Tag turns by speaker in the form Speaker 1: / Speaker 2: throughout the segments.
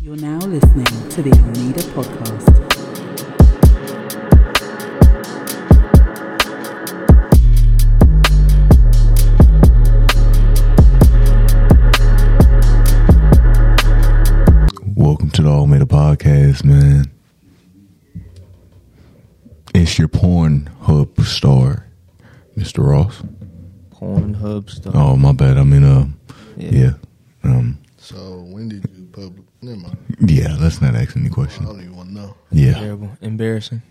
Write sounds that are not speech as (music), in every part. Speaker 1: You're now listening to the Oneida Podcast.
Speaker 2: Welcome to the All Made Podcast, man. It's your porn hub star, Mr. Ross.
Speaker 3: Pornhub stuff.
Speaker 2: Oh, my bad. I mean, uh,
Speaker 3: Yeah.
Speaker 2: yeah. Um,
Speaker 4: So when did you public? Never mind.
Speaker 2: yeah, let's not ask any
Speaker 4: I
Speaker 2: questions.
Speaker 4: don't even want to know.
Speaker 2: Yeah.
Speaker 3: Terrible. Embarrassing.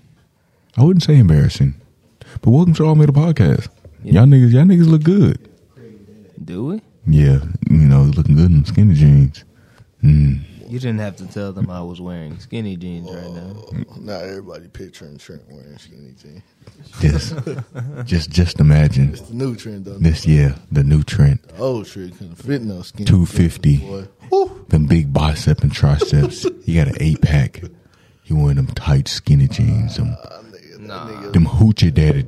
Speaker 2: I wouldn't say embarrassing, but welcome to the All Made Podcast.
Speaker 3: Yeah.
Speaker 2: Y'all niggas, y'all niggas look good.
Speaker 3: Do we?
Speaker 2: Yeah, you know, looking good in skinny jeans. Mm.
Speaker 3: You didn't have to tell them I was wearing skinny jeans right now.
Speaker 4: Uh, Not everybody picturing Trent wearing skinny jeans.
Speaker 2: Just, (laughs) just, just imagine
Speaker 4: It's the new trend though.
Speaker 2: this. Yeah, the new trend.
Speaker 4: The old trend couldn't fit no skinny.
Speaker 2: 250.
Speaker 4: jeans, boy.
Speaker 2: Them big bicep and triceps. he got an eight pack. He wearing them tight skinny jeans, them
Speaker 4: That Ah, nigga, that
Speaker 3: Nah.
Speaker 4: nigga
Speaker 2: them hoochie daddy
Speaker 4: graduated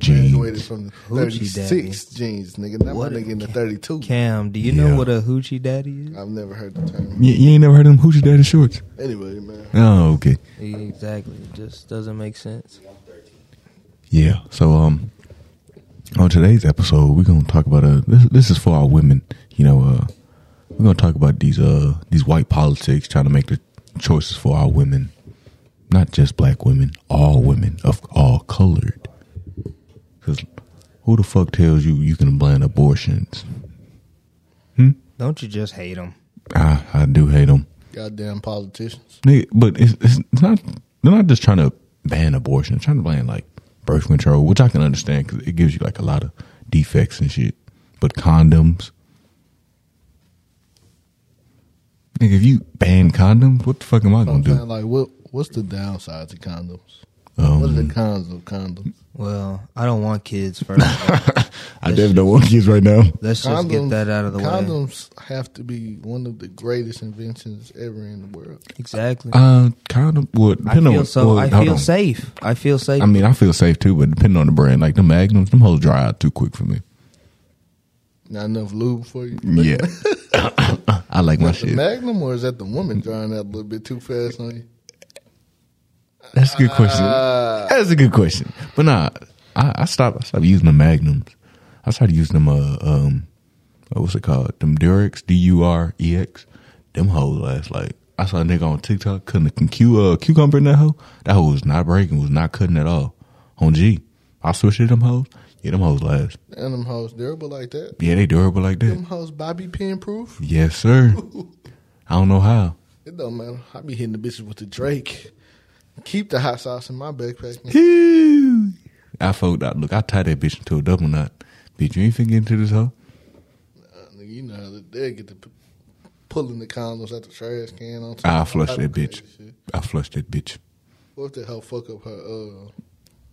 Speaker 2: jeans.
Speaker 4: from the
Speaker 3: Hoochie
Speaker 4: 36 jeans, nigga. Now my
Speaker 3: What a
Speaker 4: nigga in the
Speaker 3: Oh.
Speaker 4: 32.
Speaker 3: Cam, do you
Speaker 2: Yeah.
Speaker 3: know what a hoochie daddy is?
Speaker 4: I've never heard the term.
Speaker 2: You, you ain't never heard of them hoochie daddy shorts?
Speaker 4: Anyway, man.
Speaker 2: Oh, okay.
Speaker 3: Exactly. It just doesn't make sense.
Speaker 2: Yeah. So um on today's episode we're gonna talk about uh this this is for our women, you know, uh we're gonna talk about these uh these white politics trying to make the choices for our women. Not just black women, all women of all colored. Cause who the fuck tells you you can ban abortions?
Speaker 3: Don't you just hate them?
Speaker 2: I I do hate them.
Speaker 4: Goddamn politicians.
Speaker 2: Nigga, but it's, it's it's not they're not just trying to ban abortion. They're trying to ban like birth control, which I can understand because it gives you like a lot of defects and shit. But condoms, nigga, if you ban condoms, what the fuck am I gonna
Speaker 4: I'm saying,
Speaker 2: do?
Speaker 4: like, what, what's the downside to condoms? what are
Speaker 2: Um,
Speaker 4: the cons of condoms?
Speaker 3: Well, I don't want kids first.
Speaker 2: (laughs)
Speaker 3: of all.
Speaker 2: I definitely don't want kids right now.
Speaker 3: Let's just get that out of the way.
Speaker 4: condoms have to be one of the greatest inventions ever in the world.
Speaker 3: Exactly.
Speaker 2: Uh, condom. Well,
Speaker 3: I
Speaker 2: depending
Speaker 3: feel
Speaker 2: on
Speaker 3: so.
Speaker 2: well,
Speaker 3: I
Speaker 2: hold
Speaker 3: feel
Speaker 2: on.
Speaker 3: safe. I feel safe.
Speaker 2: I mean, I feel safe too, but depending on the brand, like the Magnums, them hoes dry out too quick
Speaker 3: (laughs)
Speaker 2: for me.
Speaker 4: Not enough lube for you.
Speaker 2: Yeah, (coughs) I like my
Speaker 4: Is that the
Speaker 2: shit.
Speaker 4: Magnum or is that the woman drying out a little bit too fast on you?
Speaker 2: That's a good question.
Speaker 4: Uh,
Speaker 2: That's a good question. But nah, I, I stopped. I stopped using the magnums. I started using them. Uh, um, uh, what's it called? Them Durex, D U R E X. Them hoes last like. I saw a nigga on TikTok cutting a cu- cu- uh, cucumber in that hoe. That hoe was not breaking, was not cutting at all. On G, I switched to them hoes. Yeah, them hoes last.
Speaker 4: and them hoes durable like that.
Speaker 2: Yeah, they durable like
Speaker 4: Them
Speaker 2: that.
Speaker 4: hoes bobby pin proof.
Speaker 2: Yes, sir. I don't know how.
Speaker 4: It don't matter. I be hitting the bitches with the Drake. Keep the hot sauce in my backpack. nigga.
Speaker 2: I fold out. Look, I tied that bitch into a double knot. Bitch, you ain't finna get into this hoe.
Speaker 4: Uh, nigga, you know how they- they get to p- pulling the condoms out the trash can on. top.
Speaker 2: I flushed
Speaker 4: Type
Speaker 2: that
Speaker 4: of
Speaker 2: bitch.
Speaker 4: crazy shit.
Speaker 2: I flushed that bitch.
Speaker 4: What if the hell fuck up her? Uh,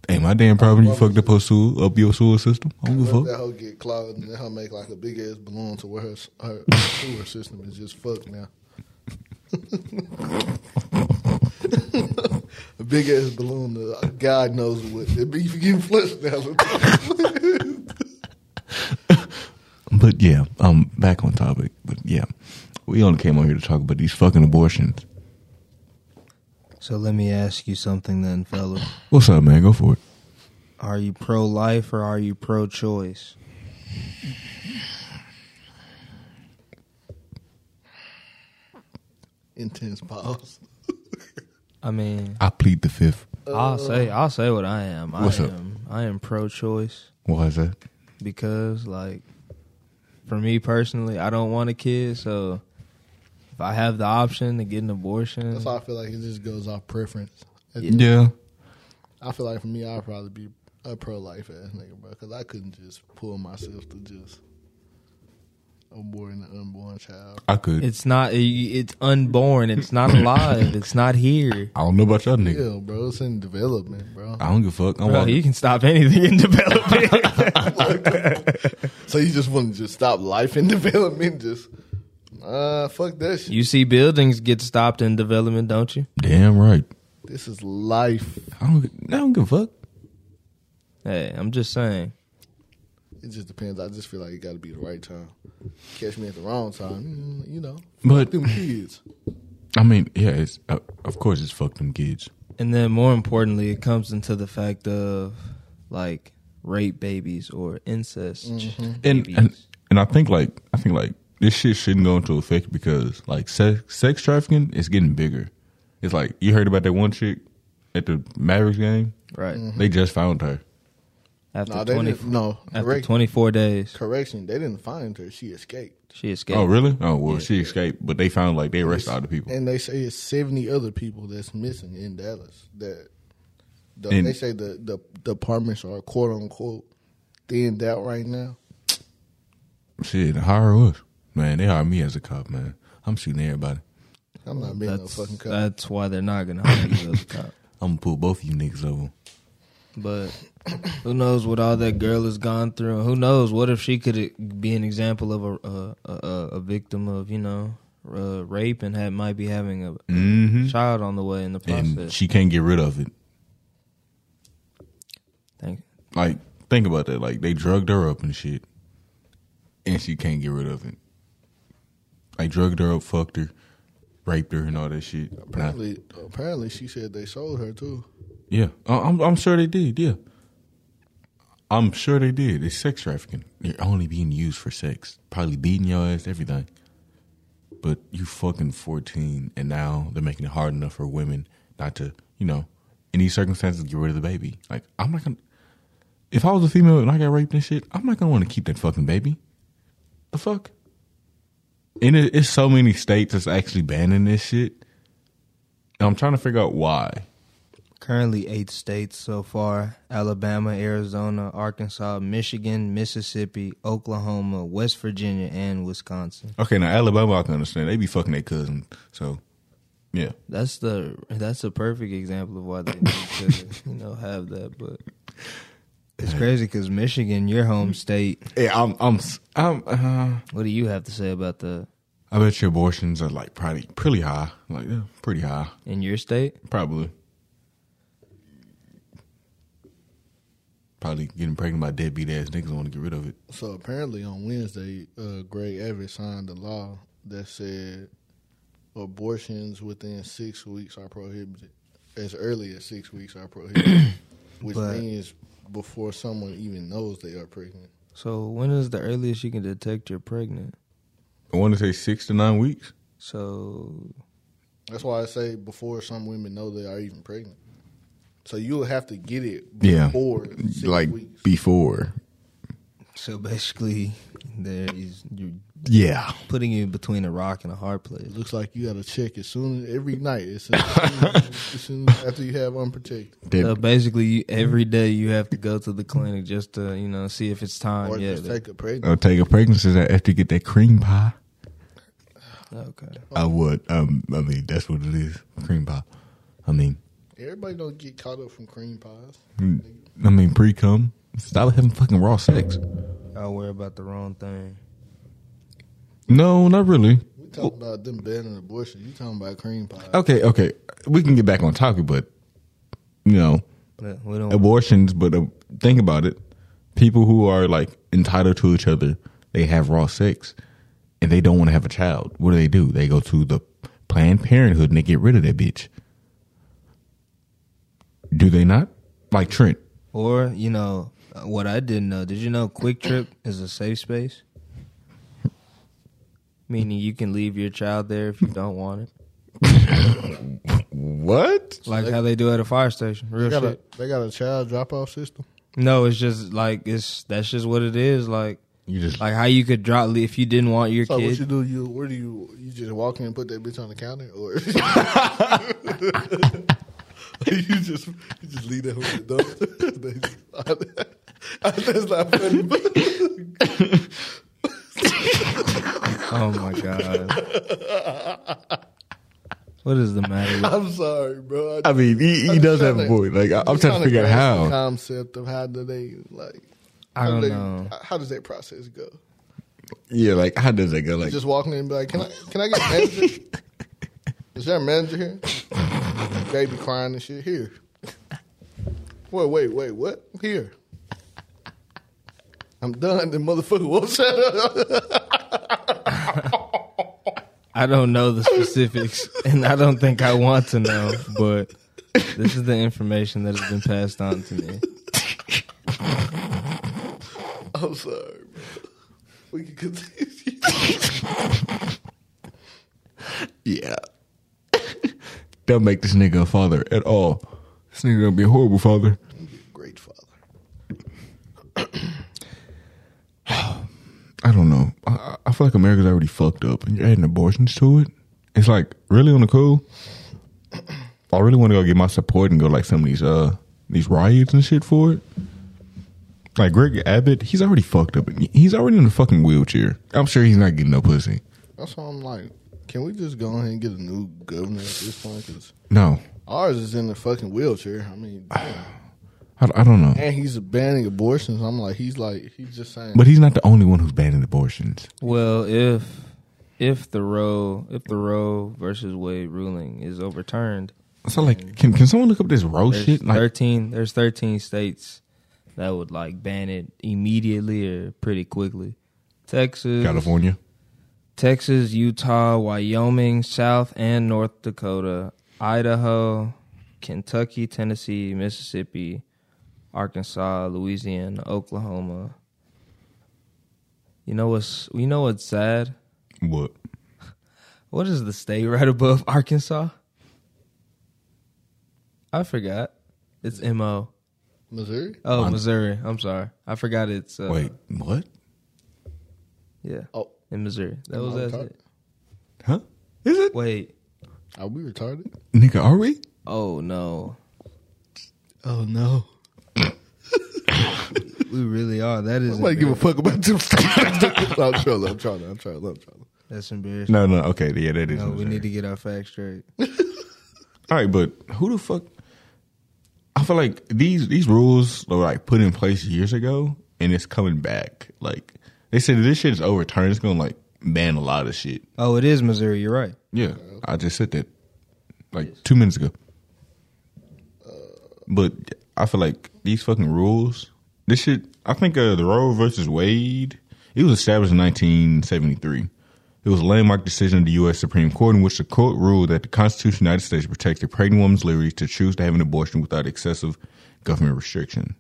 Speaker 2: Hey, my damn problem. You fucked up her sewer, up your sewer system. I don't give
Speaker 4: what
Speaker 2: a
Speaker 4: if that
Speaker 2: fuck.
Speaker 4: hoe get clogged and that hoe make like a big ass balloon to where her s- her sewer system is just fucked now. (laughs) a big ass balloon. To, God knows what. It be getting flushed now.
Speaker 2: But yeah, um, back on topic. But yeah, we only came on here to talk about these fucking abortions.
Speaker 3: so let me ask you something then, fellas.
Speaker 2: What's up, man? Go for it.
Speaker 3: Are you pro life or are you pro choice?
Speaker 4: Intense pause.
Speaker 3: I mean,
Speaker 2: I plead the fifth.
Speaker 3: I'll say I'll say what I am. I
Speaker 2: Uh, What's up?
Speaker 3: am I am pro choice
Speaker 2: Why is that?
Speaker 3: because like for me personally, I don't want a kid, so if I have the option to get an abortion,
Speaker 4: That's why I feel like it just goes off preference.
Speaker 3: Yeah.
Speaker 2: Yeah,
Speaker 4: I feel like for me, I'd probably be a pro life ass nigga, bro, because I couldn't just pull myself to just abort an unborn child.
Speaker 2: I could.
Speaker 3: it's not it's unborn, it's
Speaker 2: (laughs)
Speaker 3: not alive, it's not here.
Speaker 2: I don't know about y'all niggas.
Speaker 4: Yeah, bro, it's in development, bro.
Speaker 2: I don't give a fuck. I'm
Speaker 3: Bro,
Speaker 2: walking.
Speaker 3: you can stop anything in (laughs) development.
Speaker 4: So you just want to just stop life in (laughs) development? Just uh, fuck that shit.
Speaker 3: you see buildings get stopped in development, don't you?
Speaker 2: Damn right.
Speaker 4: This is life.
Speaker 2: I don't. I don't give a fuck.
Speaker 3: Hey, I'm just saying.
Speaker 4: It just depends. I just feel like it got to be the right time. Catch me at the wrong time, mm, you know.
Speaker 2: But
Speaker 4: Them kids.
Speaker 2: I mean, yeah, it's uh, of course it's fuck them kids.
Speaker 3: And then more importantly, it comes into the fact of like rape babies or incest
Speaker 4: Mm-hmm.
Speaker 2: and,
Speaker 3: babies.
Speaker 2: and and I think like I think like this shit shouldn't go into effect because like sex sex trafficking is getting bigger. It's like you heard about that one chick at the Mavericks game.
Speaker 3: right.
Speaker 2: They just found her.
Speaker 3: After
Speaker 4: No, they
Speaker 3: 20,
Speaker 4: didn't. No,
Speaker 3: after
Speaker 4: correct-
Speaker 3: 24 days,
Speaker 4: correction. They didn't find her. She escaped.
Speaker 3: she escaped.
Speaker 2: Oh really? Oh well,
Speaker 3: Yeah.
Speaker 2: she escaped, but they found like they arrested other people.
Speaker 4: And they say it's seventy other people that's missing in Dallas. That the,
Speaker 2: And-
Speaker 4: they say the the departments are quote unquote thinned out right now.
Speaker 2: Shit, hire us, man. They hired me as a cop, man. I'm shooting everybody.
Speaker 4: I'm not being no
Speaker 3: That's,
Speaker 4: fucking cop.
Speaker 3: that's why they're not going to hire you as a (laughs) cop.
Speaker 2: I'm gonna pull both of you niggas over.
Speaker 3: But who knows what all that girl has gone through? And who knows what if she could be an example of a a, a, a victim of you know uh, rape and had might be having a
Speaker 2: Mm-hmm.
Speaker 3: child on the way in the process.
Speaker 2: And she can't get rid of it.
Speaker 3: Thank-
Speaker 2: Like, think about that. Like, they drugged her up and shit, and she can't get rid of it. Like, drugged her up, fucked her, raped her, and all that shit. Nah.
Speaker 4: apparently, apparently, she said they sold her too.
Speaker 2: yeah, I- I'm, I'm sure they did. Yeah, I'm sure they did. It's sex trafficking. You're only being used for sex. Probably beating your ass, everything. But you fucking 14, and now they're making it hard enough for women not to, you know, in these circumstances, get rid of the baby. Like, I'm not gonna. If I was a female and I got raped and shit, I'm not gonna want to keep that fucking baby. The fuck. And it, it's so many states that's actually banning this shit. And I'm trying to figure out why.
Speaker 3: Currently, eight states so far Alabama, Arizona, Arkansas, Michigan, Mississippi, Oklahoma, West Virginia, and Wisconsin.
Speaker 2: Okay, now Alabama, I can understand. They be fucking their cousin. So, yeah.
Speaker 3: That's the that's a perfect example of why they need to you know have that. But it's crazy because Michigan, your home state,
Speaker 2: Yeah, I'm, I'm, s- I'm, uh,
Speaker 3: what do you have to say about the
Speaker 2: I bet your abortions are like probably pretty high. Like, yeah, pretty high.
Speaker 3: in your state?
Speaker 2: Probably. Probably getting pregnant by deadbeat ass niggas want to get rid of it.
Speaker 4: So apparently on Wednesday, uh, Greg Abbott signed a law that said abortions within six weeks are prohibited. As early as six weeks
Speaker 2: (coughs)
Speaker 4: are prohibited, which
Speaker 3: But-
Speaker 4: means before someone even knows they are pregnant.
Speaker 3: So when is the earliest you can detect you're pregnant?
Speaker 2: I want to say six to nine weeks.
Speaker 3: So
Speaker 4: That's why I say before some women know they are even pregnant. So you'll have to get it
Speaker 2: Yeah.
Speaker 4: before six
Speaker 2: like,
Speaker 4: weeks.
Speaker 2: before.
Speaker 3: so basically, there is you're
Speaker 2: Yeah.
Speaker 3: putting you between a rock and a hard place.
Speaker 4: It looks like you got to check as soon as every night.
Speaker 2: (laughs)
Speaker 4: As soon as, as soon as after you have unprotected.
Speaker 3: So
Speaker 2: Dead,
Speaker 3: basically, you, every day you have to go to the clinic just to you know see if it's time.
Speaker 4: Or
Speaker 3: Yeah.
Speaker 4: just take a pregnant.
Speaker 2: I'll take a pregnancy after you get that cream pie.
Speaker 3: okay.
Speaker 2: I would. Um, I mean, that's what it is. Cream pie. I mean,
Speaker 4: Everybody don't get caught up from cream pies.
Speaker 2: I mean, pre cum. Stop having fucking raw sex.
Speaker 3: I worry about the wrong thing.
Speaker 2: No, not really.
Speaker 4: We talking about them banning abortion. You talking about cream pie?
Speaker 2: Okay, okay. We can get back on topic, but you know,
Speaker 3: But we don't.
Speaker 2: abortions. But uh, think about it: people who are like entitled to each other, they have raw sex, and they don't want to have a child. What do they do? They go to the Planned Parenthood and they get rid of that bitch. Do they not? Like Trent.
Speaker 3: Or you know what I didn't know? Did you know Quick Trip is a safe space? Meaning you can leave your child there if you don't want it,
Speaker 2: What?
Speaker 3: like how they do at a fire station. Real
Speaker 4: They got, a,
Speaker 3: shit.
Speaker 4: they got a child drop off system.
Speaker 3: No, it's just like it's that's just what it is. Like
Speaker 2: You just
Speaker 3: like how you could drop if you didn't want your
Speaker 4: So what you
Speaker 3: kid.
Speaker 4: do? You where do you you just walk in and put that bitch on the counter,
Speaker 2: (laughs)
Speaker 4: or (laughs) you just you just leave that with the dumpster? (laughs) They just- That's not funny. But
Speaker 3: Oh
Speaker 4: (laughs)
Speaker 3: my god. What is the matter? with
Speaker 4: I'm sorry, bro.
Speaker 2: I mean, he, he
Speaker 4: I'm
Speaker 2: does
Speaker 4: trying
Speaker 2: have a
Speaker 4: to-
Speaker 2: point. Like, I, I'm trying to figure out
Speaker 4: grasp the
Speaker 2: how.
Speaker 4: concept of how do they like.
Speaker 3: I
Speaker 4: how
Speaker 3: don't
Speaker 4: do they-
Speaker 3: know.
Speaker 4: How does that process go?
Speaker 2: Yeah, like, how does that go? Like,
Speaker 4: Just walking in and be like, can I can I get a
Speaker 2: (laughs)
Speaker 4: manager? Is there a manager here? Baby crying and shit here. Wait, wait, wait, what? Here. I'm done. The motherfucker won't shut up.
Speaker 3: I don't know the specifics, (laughs) and I don't think I want to know. But this is the information that has been passed on to me.
Speaker 4: (laughs) I'm sorry, bro. We can continue.
Speaker 2: Yeah. (laughs) Don't make this nigga a father at all. This nigga gonna be a horrible father.
Speaker 4: Great father.
Speaker 2: I don't know. I- I, I feel like America's already fucked up, and you're adding abortions to it. It's like really on the cool. I really want to go get my support and go like some of these uh these riots and shit for it. Like Greg Abbott, he's already fucked up. He's already in a fucking wheelchair. I'm sure he's not getting no pussy.
Speaker 4: That's why I'm like, can we just go ahead and get a new governor at this point? Because
Speaker 2: No,
Speaker 4: ours is in the fucking wheelchair. I mean, damn.
Speaker 2: I, I don't know.
Speaker 4: and he's banning abortions. I'm like, he's like, he's just saying.
Speaker 2: But he's not the only one who's banning abortions.
Speaker 3: Well, if if the Roe if the Roe versus Wade ruling is overturned,
Speaker 2: So like, can can someone look up this Roe
Speaker 3: there's
Speaker 2: Oh, shit? Like,
Speaker 3: thirteen there's thirteen states that would like ban it immediately or pretty quickly. Texas,
Speaker 2: California.
Speaker 3: Texas, Utah, Wyoming, South and North Dakota, Idaho, Kentucky, Tennessee, Mississippi, Arkansas, Louisiana, Oklahoma. You know what's you know what's sad?
Speaker 2: What?
Speaker 3: What is the state right above Arkansas? I forgot. It's MO.
Speaker 4: Missouri?
Speaker 3: Oh,
Speaker 2: Mon-
Speaker 3: Missouri. I'm sorry. I forgot it's uh,
Speaker 2: Wait, what?
Speaker 3: Yeah.
Speaker 4: Oh.
Speaker 3: In Missouri. That
Speaker 4: Am I
Speaker 3: was
Speaker 4: retarded?
Speaker 3: that.
Speaker 2: Huh? Is it?
Speaker 3: Wait.
Speaker 4: Are we retarded?
Speaker 2: Nigga, are we?
Speaker 3: Oh no.
Speaker 4: Oh, no.
Speaker 3: We really are.
Speaker 4: (laughs)
Speaker 3: That is
Speaker 4: Nobody give a
Speaker 3: embarrassing.
Speaker 4: fuck about them. (laughs) I'm trolling. I'm trolling. I'm trolling. I'm trolling. (laughs)
Speaker 3: That's embarrassing.
Speaker 2: No, no. Okay, yeah, that is.
Speaker 3: No, we
Speaker 2: Missouri.
Speaker 3: need to get our facts straight.
Speaker 2: All right, but who the fuck? I feel like these these rules were like put in place years ago, and it's coming back. Like they said, if this shit is overturned. It's gonna like ban a lot of shit.
Speaker 3: Oh, it is Missouri. You're right.
Speaker 2: Yeah, I just said that like two minutes ago. But I feel like these fucking rules. This shit. I think uh, the Roe versus Wade. It was established in 1973. It was a landmark decision of the U.S. Supreme Court in which the court ruled that the Constitution of the United States protects a pregnant woman's liberty to choose to have an abortion without excessive government restriction.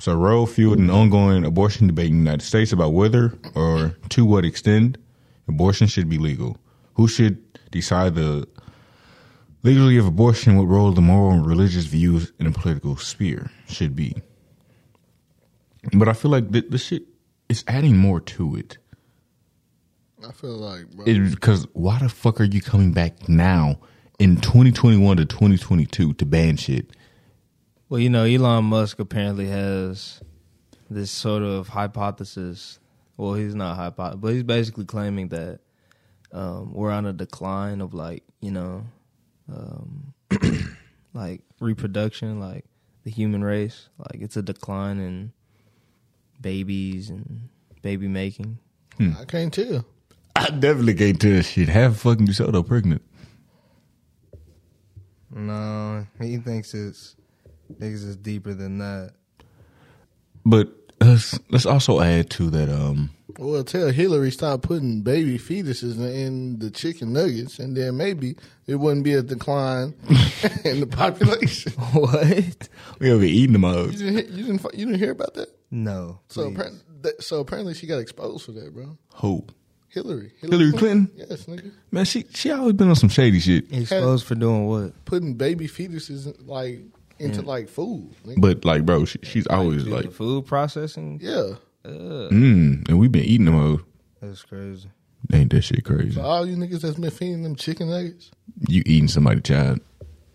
Speaker 2: So Roe fueled an ongoing abortion debate in the United States about whether or to what extent abortion should be legal. Who should decide the legality of abortion, what role the moral and religious views in the political sphere should be. But I feel like th- this shit is adding more to it.
Speaker 4: I feel like, bro.
Speaker 2: Because why the fuck are you coming back now in 2021 to 2022 to ban shit?
Speaker 3: Well, you know, Elon Musk apparently has this sort of hypothesis. Well, he's not hypothesis, but he's basically claiming that um, we're on a decline of like, you know, um, (coughs) like reproduction, like the human race. Like it's a decline in babies and baby making.
Speaker 2: hmm.
Speaker 4: I can't tell.
Speaker 2: I definitely can't tell shit. Have fucking DeSoto pregnant.
Speaker 3: No, he thinks it's thinks it's deeper than that.
Speaker 2: But let's, let's also add to that. Um,
Speaker 4: Well, tell Hillary stop putting baby fetuses in the chicken nuggets, and then maybe it wouldn't be a decline (laughs) in the (laughs) population.
Speaker 3: (laughs) what?
Speaker 2: we gonna be eating them all.
Speaker 4: You didn't, hear- you didn't, fi- you didn't hear about that?
Speaker 3: No.
Speaker 4: So,
Speaker 3: please.
Speaker 4: apparently, that, so apparently, she got exposed for that, bro.
Speaker 2: Who?
Speaker 4: Hillary,
Speaker 2: Hillary Clinton?
Speaker 4: Yes, nigga.
Speaker 2: Man, she she always been on some shady shit.
Speaker 3: exposed for doing what?
Speaker 4: Putting baby fetuses like
Speaker 2: Mm.
Speaker 4: into like food. Nigga.
Speaker 2: But like, bro, she, she's always
Speaker 3: Dude,
Speaker 2: like,
Speaker 3: the food processing.
Speaker 4: Yeah.
Speaker 2: mm, and we've been eating them. All.
Speaker 3: That's crazy.
Speaker 2: Ain't that shit crazy?
Speaker 4: So all you niggas that's been feeding them chicken nuggets,
Speaker 2: You eating somebody child?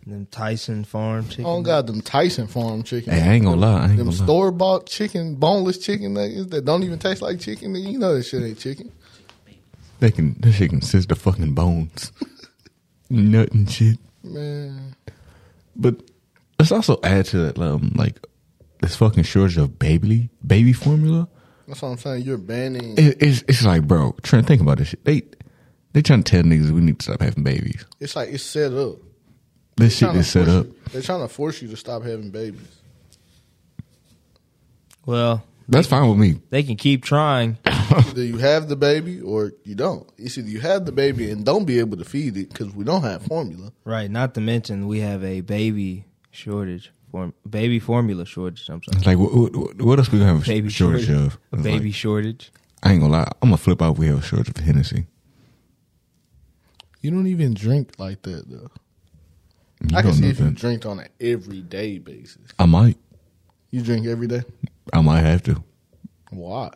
Speaker 3: Them Tyson farm chicken.
Speaker 4: oh god, them Tyson Farm chicken.
Speaker 2: Hey, I ain't gonna lie. I ain't
Speaker 4: Them
Speaker 2: gonna lie.
Speaker 4: store bought chicken, boneless chicken nuggets that don't even taste like chicken. You know that shit ain't chicken.
Speaker 2: They can that shit consist of fucking bones, (laughs) nothing shit.
Speaker 4: Man,
Speaker 2: But let's also add to that, um, like this fucking shortage of baby baby formula.
Speaker 4: that's what I'm saying. You're banning.
Speaker 2: It, it's it's like, bro, Trent, think about this shit. They they trying to tell niggas we need to stop having babies.
Speaker 4: It's like it's set up.
Speaker 2: This
Speaker 4: They're
Speaker 2: shit
Speaker 4: tryna
Speaker 2: is set
Speaker 4: force
Speaker 2: up.
Speaker 4: you- They're trying to force you to stop having babies.
Speaker 3: Well,
Speaker 2: That's fine with me.
Speaker 3: They can keep trying.
Speaker 4: Either you have the baby or you don't. It's either you have the baby and don't be able to feed it because we don't have formula.
Speaker 3: Right. Not to mention we have a baby shortage form baby formula shortage. I'm
Speaker 2: It's
Speaker 3: sorry.
Speaker 2: Like, what, what, what else we gonna have a
Speaker 3: Baby
Speaker 2: baby shortage
Speaker 3: shortage.
Speaker 2: of?
Speaker 3: A
Speaker 2: It's
Speaker 3: baby
Speaker 2: like,
Speaker 3: shortage.
Speaker 2: I ain't gonna lie. I'm gonna flip out. if We have a shortage of Hennessy.
Speaker 4: You don't even drink like that though.
Speaker 2: You
Speaker 4: I can
Speaker 2: don't
Speaker 4: see
Speaker 2: know
Speaker 4: if you
Speaker 2: that.
Speaker 4: drink on an everyday basis.
Speaker 2: I might.
Speaker 4: You drink every day.
Speaker 2: I might have to.
Speaker 4: Why?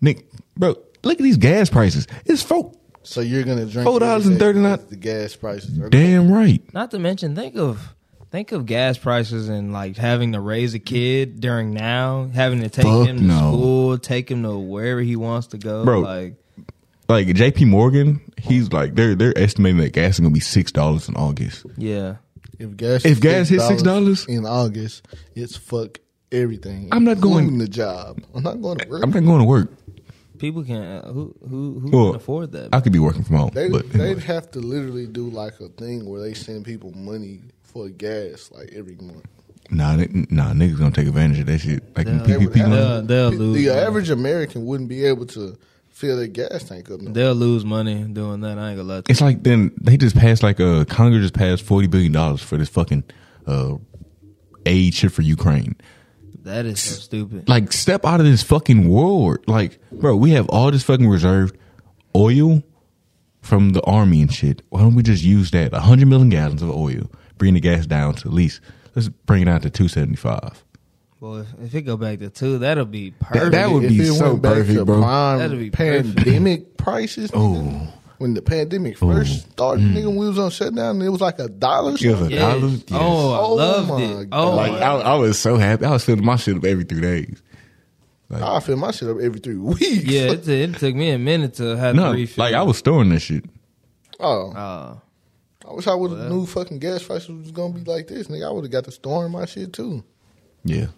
Speaker 2: Nick, bro, look at these gas prices. It's folk.
Speaker 4: So you're gonna drink
Speaker 2: $4.39
Speaker 4: every day because The gas prices are
Speaker 2: Damn right.
Speaker 3: Not to mention think of think of gas prices and like having to raise a kid during now, having to take
Speaker 2: Fuck
Speaker 3: him to
Speaker 2: no.
Speaker 3: school, take him to wherever he wants to go.
Speaker 2: Bro.
Speaker 3: Like
Speaker 2: Like JP Morgan, he's like they're they're estimating that gas is gonna be six dollars in August.
Speaker 3: yeah.
Speaker 4: If gas
Speaker 2: If gas hits $6
Speaker 4: in August, it's fuck everything.
Speaker 2: I'm not going-
Speaker 4: including the job. I'm not going to work.
Speaker 2: I'm not going to work.
Speaker 3: People can who who who
Speaker 2: Well,
Speaker 3: can afford that?
Speaker 2: I could be working from home.
Speaker 4: they
Speaker 2: but
Speaker 4: they'd have to literally do like a thing where they send people money for gas like every month.
Speaker 2: nah, they, nah, niggas gonna take advantage of that shit. Like when
Speaker 3: They
Speaker 4: would
Speaker 2: PPP
Speaker 4: have-
Speaker 2: money.
Speaker 3: they'll, they'll lose.
Speaker 4: the
Speaker 3: money.
Speaker 4: average American wouldn't be able to fill their gas tank up. No.
Speaker 3: They'll lose money doing that. I ain't gonna lie. To you.
Speaker 2: It's like then they just passed like uh, Congress just passed forty billion dollars for this fucking uh, aid shit for Ukraine.
Speaker 3: That is so stupid.
Speaker 2: Like step out of this fucking war. Like, bro, we have all this fucking reserved oil from the army and shit. Why don't we just use that? hundred million gallons of oil. Bring the gas down to at least let's bring it down to two seventy five.
Speaker 3: Boy, if, if it go back to two, that'll be perfect.
Speaker 2: That, that would
Speaker 4: If
Speaker 2: be
Speaker 4: it went
Speaker 2: so
Speaker 4: back to
Speaker 2: perfect, bro. Oh.
Speaker 4: prime
Speaker 3: That'd be perfect.
Speaker 4: pandemic prices. nigga, When the pandemic first
Speaker 2: Ooh.
Speaker 4: started, nigga, we was on shutdown. and It was like a dollar.
Speaker 2: Give
Speaker 4: something.
Speaker 2: it. I was- yes.
Speaker 3: Oh, I
Speaker 4: Oh
Speaker 3: loved
Speaker 4: my
Speaker 3: it. Oh,
Speaker 4: God.
Speaker 2: Like
Speaker 3: my-
Speaker 2: I, I was so happy. I was filling my shit up every three days.
Speaker 4: I fill my shit up every three (laughs) weeks.
Speaker 3: yeah. It, t- it took me a minute to have
Speaker 2: No,
Speaker 3: to refill.
Speaker 2: like I was storing this shit.
Speaker 4: Oh,
Speaker 3: Oh,
Speaker 4: I wish I would have knew fucking gas prices was gonna be like this, nigga. I would have got to store in my shit too.
Speaker 2: Yeah.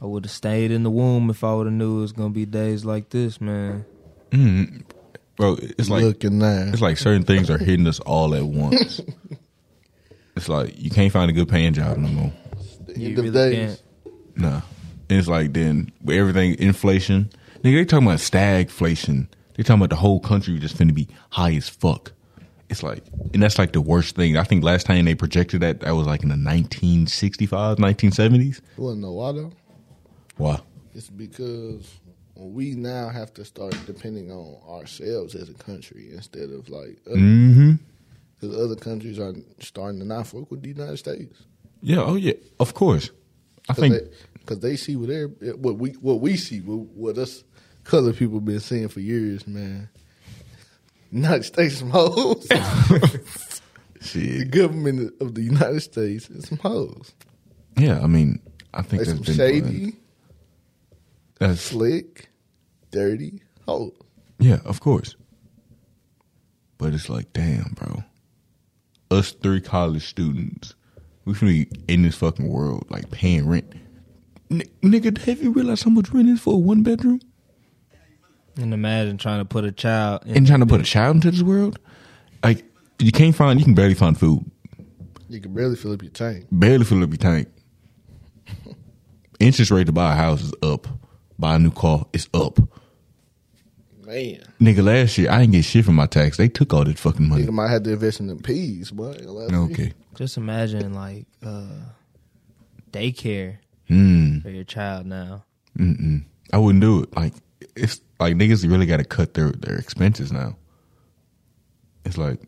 Speaker 3: I would have stayed in the womb if I would have knew it was gonna be days like this, man.
Speaker 2: Bro, it's like
Speaker 4: Looking there.
Speaker 2: It's like certain things are hitting us all at
Speaker 4: (laughs)
Speaker 2: once. it's like you can't find a good paying job no more.
Speaker 4: the
Speaker 3: You
Speaker 4: end
Speaker 3: really
Speaker 4: of days.
Speaker 3: can't.
Speaker 2: Nah. And it's like then with everything inflation. Nigga, they talking about stagflation. They talking about the whole country just finna be high as fuck. It's like and that's like the worst thing. I think last time they projected that that was like in the 1965s, 1970s.
Speaker 4: You wanna know why though?
Speaker 2: Wow.
Speaker 4: It's because we now have to start depending on ourselves as a country instead of like because
Speaker 2: Mm-hmm.
Speaker 4: other countries are starting to not fuck with the United States
Speaker 2: Yeah, oh yeah. Of course. I think
Speaker 4: because they, see what they what we what we see what, what us colored people been seeing for years, man. United States some hoes. the
Speaker 2: (laughs) shit.
Speaker 4: government of the United States is some hoes.
Speaker 2: Yeah, I mean, I think that's
Speaker 4: They some
Speaker 2: been
Speaker 4: shady,
Speaker 2: That's
Speaker 4: slick, dirty hoes.
Speaker 2: Yeah, of course. But it's like, damn, bro. Us three college students, we finna be in this fucking world, like paying rent. N- nigga, have you realized how much rent is for a one bedroom?
Speaker 3: And imagine trying to put a child in.
Speaker 2: And trying to put a child into this world? Like, you can't find, you can barely find food.
Speaker 4: You can barely fill up your tank.
Speaker 2: Barely fill up your tank. Interest rate to buy a house is up. Buy a new car, it's up.
Speaker 4: Man.
Speaker 2: Nigga, last year I didn't get shit from my tax. They took all that fucking money.
Speaker 4: Nigga might have to invest in the peas, but
Speaker 2: Okay.
Speaker 3: just imagine like uh, daycare
Speaker 2: Hmm.
Speaker 3: for your child now.
Speaker 2: Mm-mm. I wouldn't do it. Like it's like niggas really got to cut their their expenses now. It's like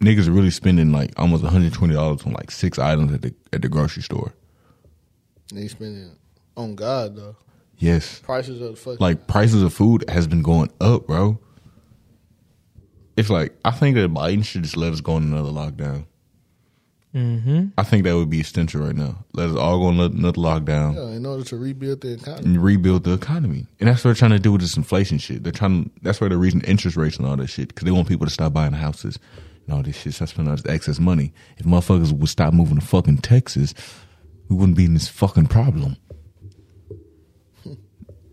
Speaker 2: niggas are really spending like almost one hundred twenty dollars on like six items at the at the grocery store.
Speaker 4: They spending on God though.
Speaker 2: Yes,
Speaker 4: Prices are the fucking
Speaker 2: like prices of food has been going up, bro. It's like I think that Biden should just let us go on another lockdown.
Speaker 3: Mm-hmm.
Speaker 2: I think that would be essential right now. Let us all go on another lockdown.
Speaker 4: yeah, in order to rebuild the economy.
Speaker 2: and rebuild the economy. And that's what they're trying to do with this inflation shit. They're trying. That's why they're raising interest rates and all that shit because they want people to stop buying houses and all this shit. Stop spending all this excess money. If motherfuckers would stop moving to fucking Texas, we wouldn't be in this fucking problem. (laughs)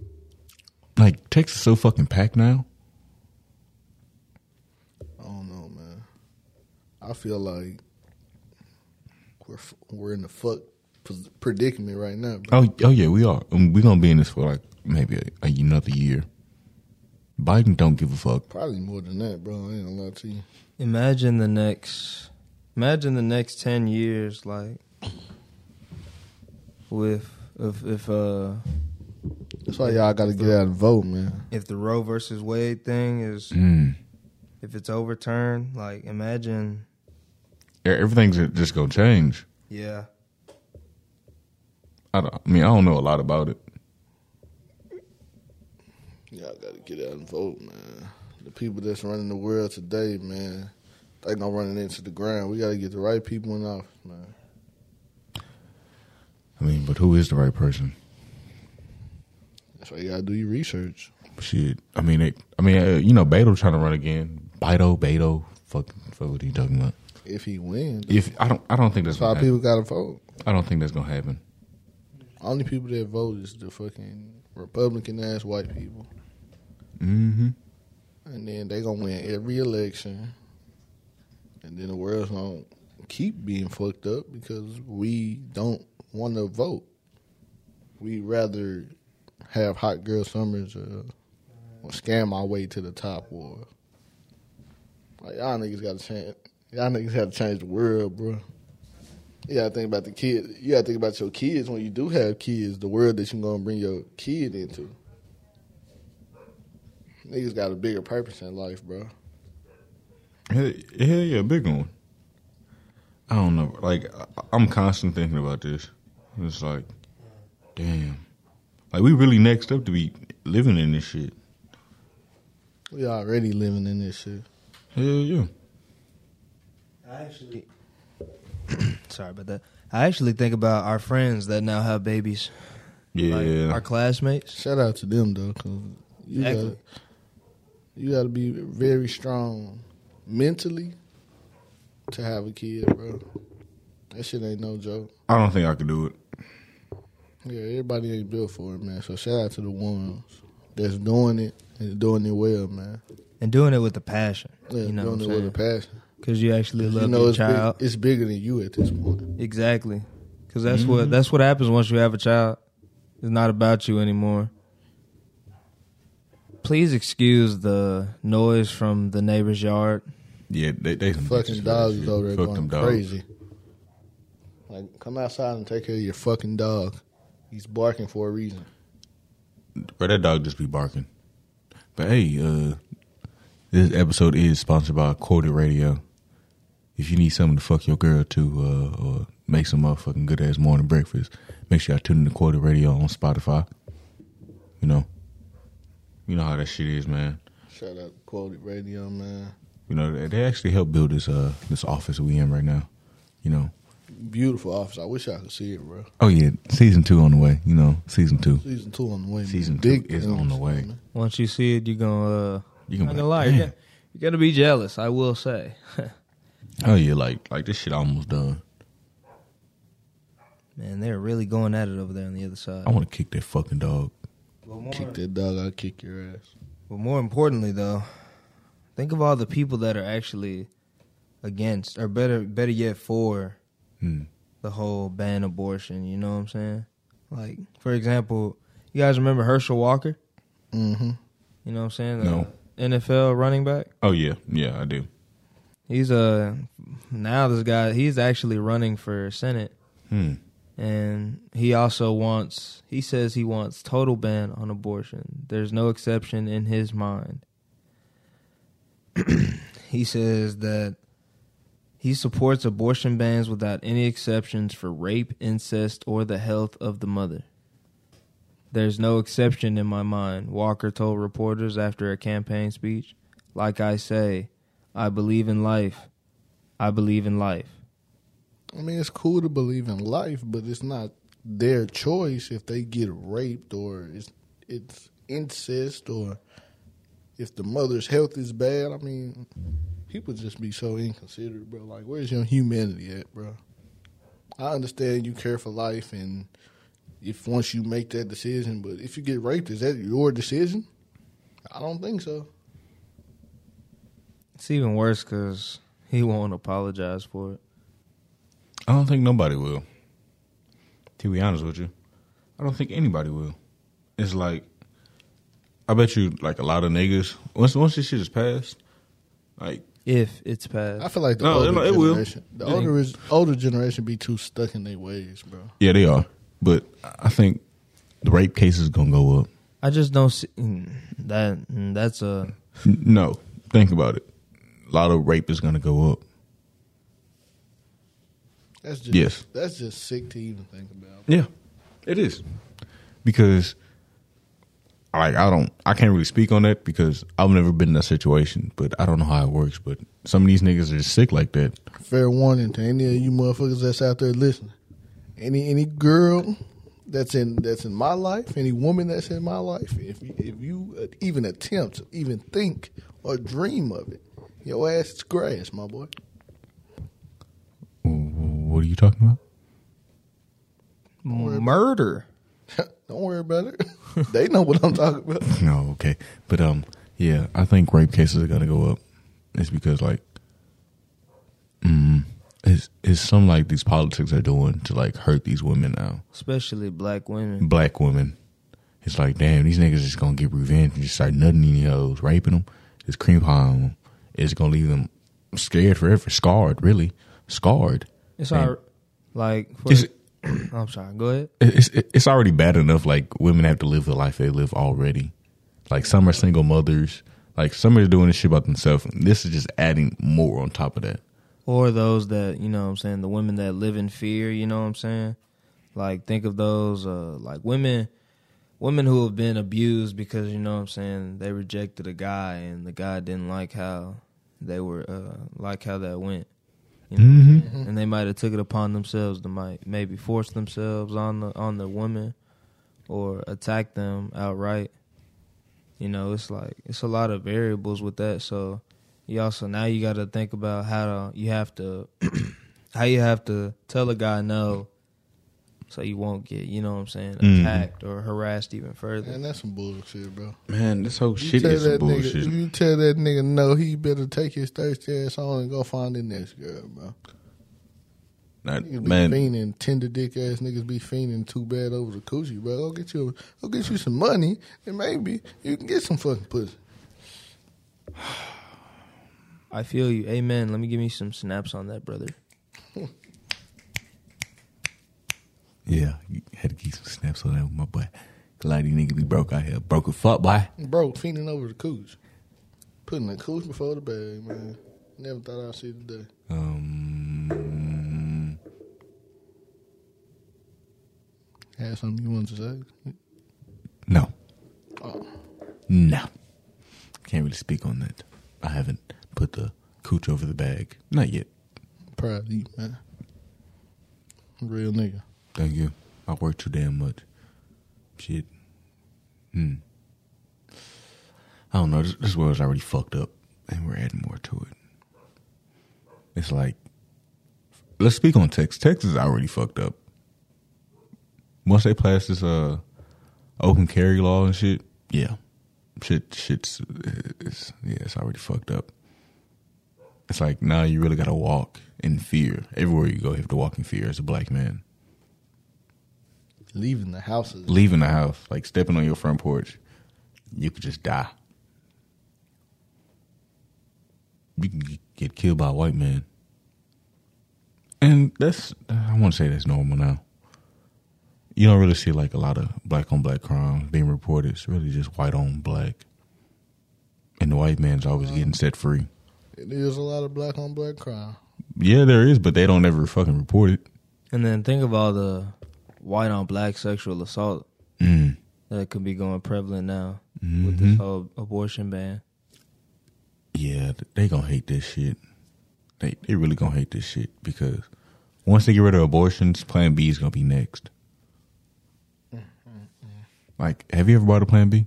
Speaker 2: Like Texas is so fucking packed now.
Speaker 4: I don't know, man. I feel like we're f- we're in the fuck pos- predicament right now. Bro.
Speaker 2: Oh, oh yeah, we are. And we're gonna be in this for like maybe a, a, another year. Biden don't give a fuck.
Speaker 4: Probably more than that, bro. I ain't gonna lie to you.
Speaker 3: Imagine the next, imagine the next ten years, like with if if uh
Speaker 4: That's why y'all got to get out and vote, man.
Speaker 3: if the Roe versus Wade thing is
Speaker 2: Mm.
Speaker 3: if it's overturned, like imagine,
Speaker 2: E- Everything's just gonna change.
Speaker 3: yeah,
Speaker 2: I, don't, I mean, I don't know a lot about it.
Speaker 4: Y'all got to get out and vote, man. The people that's running the world today, man, they gonna run it into the ground. We got to get the right people in office, man.
Speaker 2: I mean, but who is the right person?
Speaker 4: That's why you gotta do your research.
Speaker 2: Shit. I mean, it, I mean, uh, you know, Beto trying to run again. Beto, Beto, fuck, fuck what are you talking about?
Speaker 4: If he wins,
Speaker 2: If I don't, I don't think that's
Speaker 4: that's why
Speaker 2: gonna happen.
Speaker 4: people gotta vote.
Speaker 2: I don't think that's gonna happen.
Speaker 4: Only people that vote is the fucking Republican ass white people.
Speaker 2: Mm-hmm.
Speaker 4: And then they gonna win every election. And then the world's gonna keep being fucked up because we don't wanna vote. We rather have hot girl summers or, or scam our way to the top or like y'all niggas gotta change y'all niggas gotta change the world, bro. You gotta think about the kids. You gotta think about your kids when you do have kids, the world that you gonna bring your kid into. Niggas got a bigger purpose in life, bro.
Speaker 2: Hell, hell yeah, big one. I don't know. Like I, I'm constantly thinking about this. It's like, damn, like we really next up to be living in this shit.
Speaker 4: We already living in this shit.
Speaker 2: Hell yeah.
Speaker 3: I actually, (coughs) sorry about that. I actually think about our friends that now have babies,
Speaker 2: Yeah,
Speaker 3: like our classmates.
Speaker 4: Shout out to them though, cause you
Speaker 3: Exactly.
Speaker 4: got you got to be very strong mentally to have a kid, bro. That shit ain't no joke.
Speaker 2: I don't think I could do it.
Speaker 4: Yeah, everybody ain't built for it, man. So shout out to the ones that's doing it and doing it well, man.
Speaker 3: and doing it with a passion.
Speaker 4: Yeah,
Speaker 3: you know,
Speaker 4: doing it
Speaker 3: what I'm
Speaker 4: with a passion.
Speaker 3: because you actually love
Speaker 4: you know,
Speaker 3: your
Speaker 4: it's, big-
Speaker 3: child.
Speaker 4: it's bigger than you at this point.
Speaker 3: Exactly, because that's
Speaker 2: Mm-hmm.
Speaker 3: what that's what happens once you have a child. It's not about you anymore. Please excuse the noise from the neighbor's yard.
Speaker 2: Yeah, they they some bitches
Speaker 4: Fucking
Speaker 2: for that
Speaker 4: dogs
Speaker 2: shit.
Speaker 4: is over there
Speaker 2: Fuck
Speaker 4: going
Speaker 2: them dogs.
Speaker 4: crazy. Like, come outside and take care of your fucking dog. He's barking for a reason.
Speaker 2: Bro, that dog just be barking. But hey, uh, this episode is sponsored by Corded Radio. If you need something to fuck your girl to, uh, or make some motherfucking good ass morning breakfast, make sure I tune in to Corded Radio on Spotify. You know, you know how that shit is, man.
Speaker 4: Shout out to Quoted Radio, man.
Speaker 2: You know they- they actually helped build this uh this office we in right now. You know,
Speaker 4: Beautiful office. I wish I could see it, bro.
Speaker 2: oh yeah, season two on the way. You know, season two.
Speaker 4: Season two on the way. man.
Speaker 2: Season two
Speaker 4: Big
Speaker 2: is
Speaker 4: things,
Speaker 2: on the way.
Speaker 4: man.
Speaker 3: Once you see it, you're gonna uh,
Speaker 2: You
Speaker 3: I'm
Speaker 2: can
Speaker 3: not
Speaker 2: be
Speaker 3: gonna lie.
Speaker 2: like,
Speaker 3: You're
Speaker 2: damn. (laughs)
Speaker 3: gonna, you're gonna be jealous. I will say.
Speaker 2: Oh yeah, like like this shit almost done.
Speaker 3: Man, they're really going at it over there on the other side.
Speaker 2: I want to kick that fucking dog.
Speaker 3: But more,
Speaker 4: Kick that dog, I'll kick your ass.
Speaker 3: but more importantly, though, think of all the people that are actually against, or better, better yet, for
Speaker 2: Hmm.
Speaker 3: the whole ban abortion. You know what I'm saying? Like, for example, you guys remember Herschel Walker?
Speaker 4: Mm-hmm.
Speaker 3: You know what I'm saying? Uh, The
Speaker 2: No.
Speaker 3: NFL running back.
Speaker 2: Oh yeah, yeah, I do.
Speaker 3: He's a now this guy. He's actually running for Senate,
Speaker 2: Hmm.
Speaker 3: and he also wants. He says he wants total ban on abortion. There's no exception in his mind. (clears throat) he says that he supports abortion bans without any exceptions for rape, incest, or the health of the mother. There's no exception in my mind, Walker told reporters after a campaign speech. Like I say, I believe in life. I believe in life.
Speaker 4: I mean, it's cool to believe in life, but it's not their choice if they get raped or it's, it's incest or if the mother's health is bad. I mean, people just be so inconsiderate, bro. Like, where's your humanity at, bro? I understand you care for life and if once you make that decision, but if you get raped, is that your decision? I don't think so.
Speaker 3: It's even worse because he won't apologize for it.
Speaker 2: I don't think nobody will. To be honest with you, I don't think anybody will. It's like, I bet you, like a lot of niggas. Once once this shit is passed, like
Speaker 3: If it's
Speaker 4: I
Speaker 3: passed,
Speaker 4: feel like the
Speaker 2: No,
Speaker 4: older
Speaker 2: no, it will.
Speaker 4: generation, the
Speaker 3: It
Speaker 4: older is, older generation be too stuck in their ways, bro.
Speaker 2: yeah, they are. But I think the rape case is gonna go up.
Speaker 3: I just don't see mm, that. mm, That's a
Speaker 2: N- No, think about it. A lot of rape is gonna go up.
Speaker 4: That's just
Speaker 2: Yes.
Speaker 4: that's just sick to even think about.
Speaker 2: Yeah, it is because like I don't, I can't really speak on that because I've never been in that situation, but I don't know how it works. But some of these niggas are sick like that.
Speaker 4: Fair warning to any of you motherfuckers that's out there listening. Any any girl that's in that's in my life, any woman that's in my life, if you, if you even attempt, even think or dream of it, your ass is grass, my boy. (laughs)
Speaker 2: W- What are you talking (laughs) about?
Speaker 3: murder.
Speaker 4: Don't worry about it. (laughs) they know what I'm talking about.
Speaker 2: No, okay, but um, yeah, I think rape cases are gonna go up. It's because like, mm, it's it's some like these politics are doing to like hurt these women now,
Speaker 3: especially black women.
Speaker 2: black women. It's like damn, these niggas just gonna get revenge and just start nutting these hoes, raping them, just cream pieing them. It's gonna leave them scared forever, scarred, really scarred.
Speaker 3: It's
Speaker 2: And-
Speaker 3: our like. For,
Speaker 2: Is it-
Speaker 3: (coughs) I'm sorry. Go ahead.
Speaker 2: it's it's already bad enough. Like women have to live the life they live already. Like some are single mothers. Like some are doing this shit about themselves. And this is just adding more on top of that.
Speaker 3: Or those that you know, what I'm saying the women that live in fear. You know what I'm saying? Like think of those uh, like women, women who have been abused because you know what I'm saying they rejected a guy and the guy didn't like how they were uh, like how that went. You know, what
Speaker 4: Mm-hmm.
Speaker 3: I'm saying? and they might have took it upon themselves to might maybe force themselves on the on the woman or attack them outright. You know, it's like it's a lot of variables with that. So you also now you got to think about how to, you have to (clears throat) how you have to tell a guy no, so you won't get you know what I'm saying
Speaker 2: Mhm.
Speaker 3: attacked or harassed even further.
Speaker 4: Man, that's some bullshit, bro.
Speaker 2: Man, this whole
Speaker 4: You tell that nigga, if you tell that nigga no, he better take his thirsty ass on and go find the next girl, bro.
Speaker 2: Not-
Speaker 4: Niggas be
Speaker 2: man,
Speaker 4: fiending, tender dick ass niggas be fiending too bad over the coochie, bro. Go get you, go get you some money, and maybe you can get some fucking pussy.
Speaker 3: I feel you, amen. Let me give me some snaps on that, brother.
Speaker 2: yeah, had to get some snaps on that with my boy. A lot of these niggas be broke out here, broke as fuck, boy.
Speaker 4: Bro, fiending over the cooch, putting the cooch before the bag, man. Never thought I'd see the day.
Speaker 2: Um,
Speaker 4: Had something you wanted to say?
Speaker 2: no,
Speaker 4: Oh,
Speaker 2: no, can't really speak on that. I haven't put the cooch over the bag, not yet.
Speaker 4: proud of you, man. Real nigga.
Speaker 2: Thank you. I work too damn much. Shit. Hmm. I don't know. This, this world's already fucked up, and we're adding more to it. It's like, let's speak on Texas. Texas is already fucked up. Once they pass this uh, open carry law and shit, yeah, shit, shit's it's, yeah, it's already fucked up. It's like now you really gotta walk in fear everywhere you go. You have to walk in fear as a black man
Speaker 4: Leaving the houses.
Speaker 2: leaving the house, like stepping on your front porch, you could just die. You can g- get killed by a white man. And that's, I want to say that's normal now. You don't really see like a lot of black on black crime being reported. It's really just white on black. And the white man's always getting set free.
Speaker 4: It is a lot of black on black crime.
Speaker 2: Yeah, there is, but they don't ever fucking report it.
Speaker 3: And then think of all the white on black sexual assault
Speaker 2: Mm.
Speaker 3: that could be going prevalent now with
Speaker 2: Mm-hmm.
Speaker 3: this whole abortion ban.
Speaker 2: Yeah, th- they gonna hate this shit. They they really gonna hate this shit because once they get rid of abortions, Plan B is gonna be next. Like, have you ever bought a Plan B?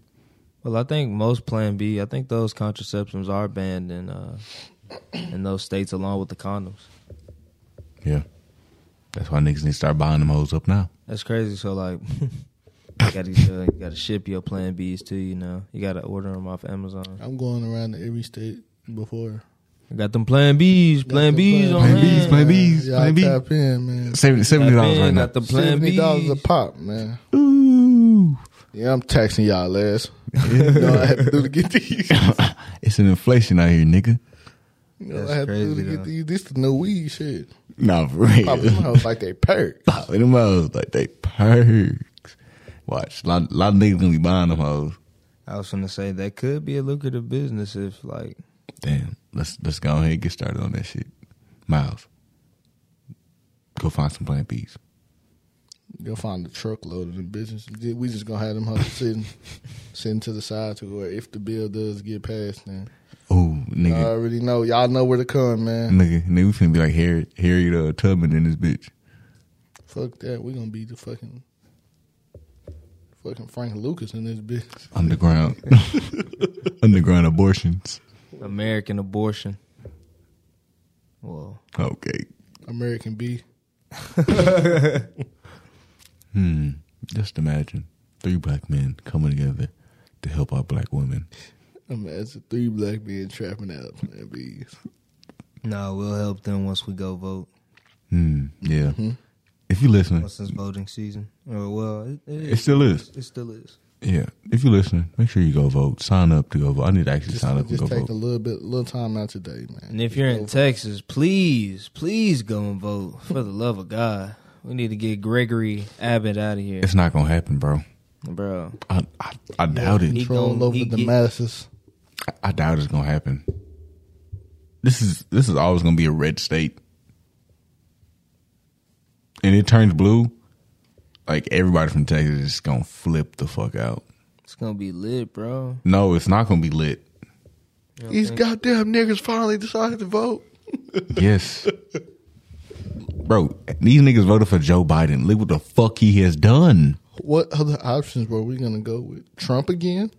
Speaker 3: Well, I think most Plan B. I think those contraceptives are banned in uh, in those states along with the condoms.
Speaker 2: Yeah, that's why niggas need to start buying them hoes up now.
Speaker 3: That's crazy. So like, (laughs) you gotta uh, you gotta ship your Plan Bs too. You know, you gotta order them off Amazon.
Speaker 4: I'm going around to every state before
Speaker 3: I got them Plan Bs, Plan Bs on
Speaker 2: Plan Bs,
Speaker 3: hand.
Speaker 2: Plan Bs,
Speaker 4: Y'all
Speaker 2: Plan B.
Speaker 4: tap in, man.
Speaker 2: Seventy
Speaker 3: Got
Speaker 2: seventy dollars
Speaker 3: Ben,
Speaker 2: right now.
Speaker 3: Got the Plan
Speaker 4: Seventy dollars a
Speaker 3: Bs.
Speaker 4: pop, man.
Speaker 2: (laughs) Ooh,
Speaker 4: Yeah, I'm taxing y'all ass. (laughs) you know what I had to do to get these. You
Speaker 2: (laughs) it's an inflation out here, nigga.
Speaker 4: know what
Speaker 3: That's
Speaker 4: I had to do to
Speaker 3: crazy,
Speaker 4: get
Speaker 3: though.
Speaker 4: these. This the new weed shit.
Speaker 2: Nah, for real.
Speaker 4: Pop them hoes like they perk.
Speaker 2: Popping them hoes like they perks. Watch, a lot, lot of niggas gonna be buying them hoes.
Speaker 3: I was gonna say that could be a lucrative business if like
Speaker 2: Damn, let's let's go ahead and get started on that shit. Miles, go find some plant bees.
Speaker 4: You'll find a truckload of them business. We just gonna have them hoes sitting, sitting to the side to where if the bill does get passed, then
Speaker 2: Oh,
Speaker 4: I
Speaker 2: nigga,
Speaker 4: already know y'all know where to come, man.
Speaker 2: nigga, nigga, we finna be like Harry, Harry uh, Tubman in this bitch.
Speaker 4: Fuck that. We gonna be the fucking, fucking Frank Lucas in this bitch.
Speaker 2: Underground, (laughs) underground abortions.
Speaker 3: American abortion. Well,
Speaker 2: Okay,
Speaker 4: American B.
Speaker 2: hmm. Just imagine three black men coming together to help our black women.
Speaker 4: Imagine three black men trapping out Plan B's.
Speaker 3: no, we'll help them once we go vote.
Speaker 2: Hmm. Yeah.
Speaker 4: Mm-hmm.
Speaker 2: If you listen,
Speaker 3: Once it's voting season, or well, it, it,
Speaker 2: Hmm. it still is.
Speaker 3: It still is.
Speaker 2: Yeah, if you listen, make sure you go vote. Sign up to go vote. I need to actually
Speaker 4: Just,
Speaker 2: sign up and
Speaker 4: just
Speaker 2: go
Speaker 4: take a
Speaker 2: vote.
Speaker 4: little bit, little time out today, man.
Speaker 3: And if you're in Texas, please, please go and vote for the love of God. We need to get Gregory Abbott out of here,
Speaker 2: It's not gonna happen, bro.
Speaker 3: bro.
Speaker 2: I I, I doubt it.
Speaker 3: He
Speaker 4: control
Speaker 3: gon-
Speaker 4: over
Speaker 3: he
Speaker 4: the
Speaker 3: get-
Speaker 4: masses.
Speaker 2: I, I doubt it's gonna happen. This is this is always gonna be a red state, and it turns blue. Like everybody from Texas is just gonna flip the fuck out.
Speaker 3: It's gonna be lit, bro.
Speaker 2: No, it's not gonna be lit.
Speaker 4: These goddamn niggas finally decided to vote.
Speaker 3: (laughs)
Speaker 2: Yes. Bro, these niggas voted for Joe Biden. Look what the fuck he has done.
Speaker 4: What other options were we gonna go with? Trump again?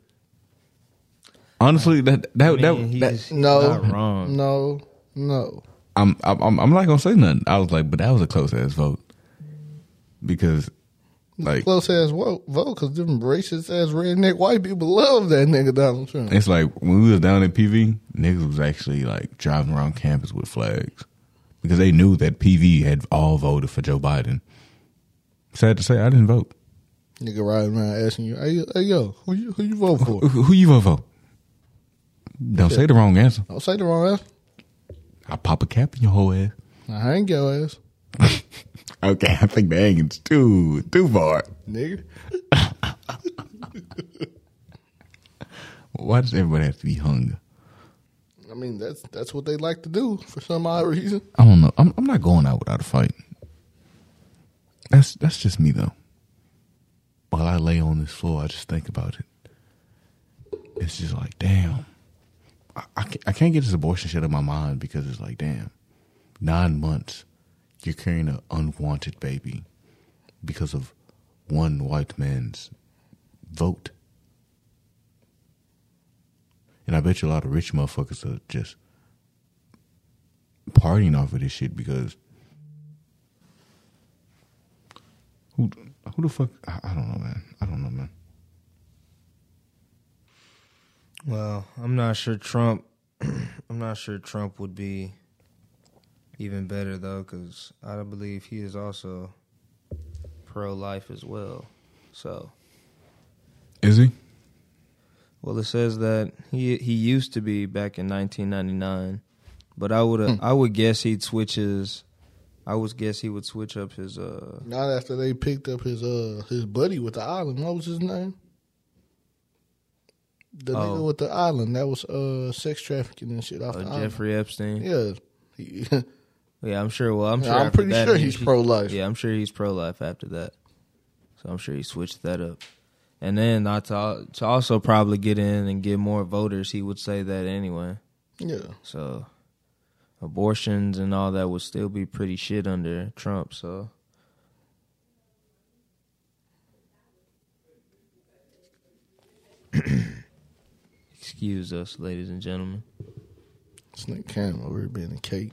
Speaker 2: Honestly, that that
Speaker 3: I mean,
Speaker 2: that,
Speaker 3: he's,
Speaker 2: that
Speaker 3: he's
Speaker 4: No,
Speaker 3: not wrong.
Speaker 4: No, no.
Speaker 2: I'm I'm I'm not gonna say nothing. I was like, but that was a close ass vote because, like,
Speaker 4: Close ass vote because them racist ass redneck white people love that nigga Donald Trump.
Speaker 2: it's like when we was down at PV, niggas was actually like driving around campus with flags because they knew that PV had all voted for Joe Biden. Sad to say, I didn't vote.
Speaker 4: Nigga riding around asking you, hey, hey yo, who you who you vote
Speaker 3: (laughs)
Speaker 4: for?
Speaker 2: Who, who you vote for? Don't say the wrong answer.
Speaker 4: Don't say the wrong ass.
Speaker 2: I pop a cap in your whole ass.
Speaker 4: I hang your ass,
Speaker 2: Okay, I think the hanging's too too far.
Speaker 4: nigga.
Speaker 2: Why does everybody have to be hung?
Speaker 4: I mean that's that's what they like to do for some odd reason.
Speaker 2: I don't know. I'm I'm not going out without a fight. That's that's just me though. While I lay on this floor, I just think about it. It's just like, damn, I I can't, I can't get this abortion shit out of my mind because it's like, damn, nine months, you're carrying an unwanted baby because of one white man's vote. And I bet you a lot of rich motherfuckers are just partying off of this shit because who who the fuck I, I don't know man I don't know man
Speaker 3: Well, I'm not sure Trump. (clears throat) I'm not sure Trump would be even better though, because I believe he is also pro-life as well. So,
Speaker 2: is he
Speaker 3: well, it says that he he used to be back in 1999, but I would
Speaker 4: Hmm.
Speaker 3: I would guess he switches. I would guess he would switch up his uh
Speaker 4: Not after they picked up his uh his buddy with the island. What was his name? The
Speaker 3: Oh.
Speaker 4: nigga with the island that was uh sex trafficking and shit off the
Speaker 3: uh,
Speaker 4: island.
Speaker 3: Jeffrey Epstein. Yeah.
Speaker 4: Yeah. He- (laughs)
Speaker 3: I'm sure. Well, I'm sure.
Speaker 4: I'm
Speaker 3: after
Speaker 4: pretty
Speaker 3: that,
Speaker 4: sure
Speaker 3: he-
Speaker 4: he's
Speaker 3: he-
Speaker 4: pro-life.
Speaker 3: Yeah, I'm sure he's pro life after that. So I'm sure he switched that up. And then not to, to also probably get in and get more voters, he would say that anyway.
Speaker 4: yeah.
Speaker 3: So abortions and all that would still be pretty shit under Trump. So (clears throat) excuse us, ladies and gentlemen.
Speaker 4: This nigga came over here being a cake.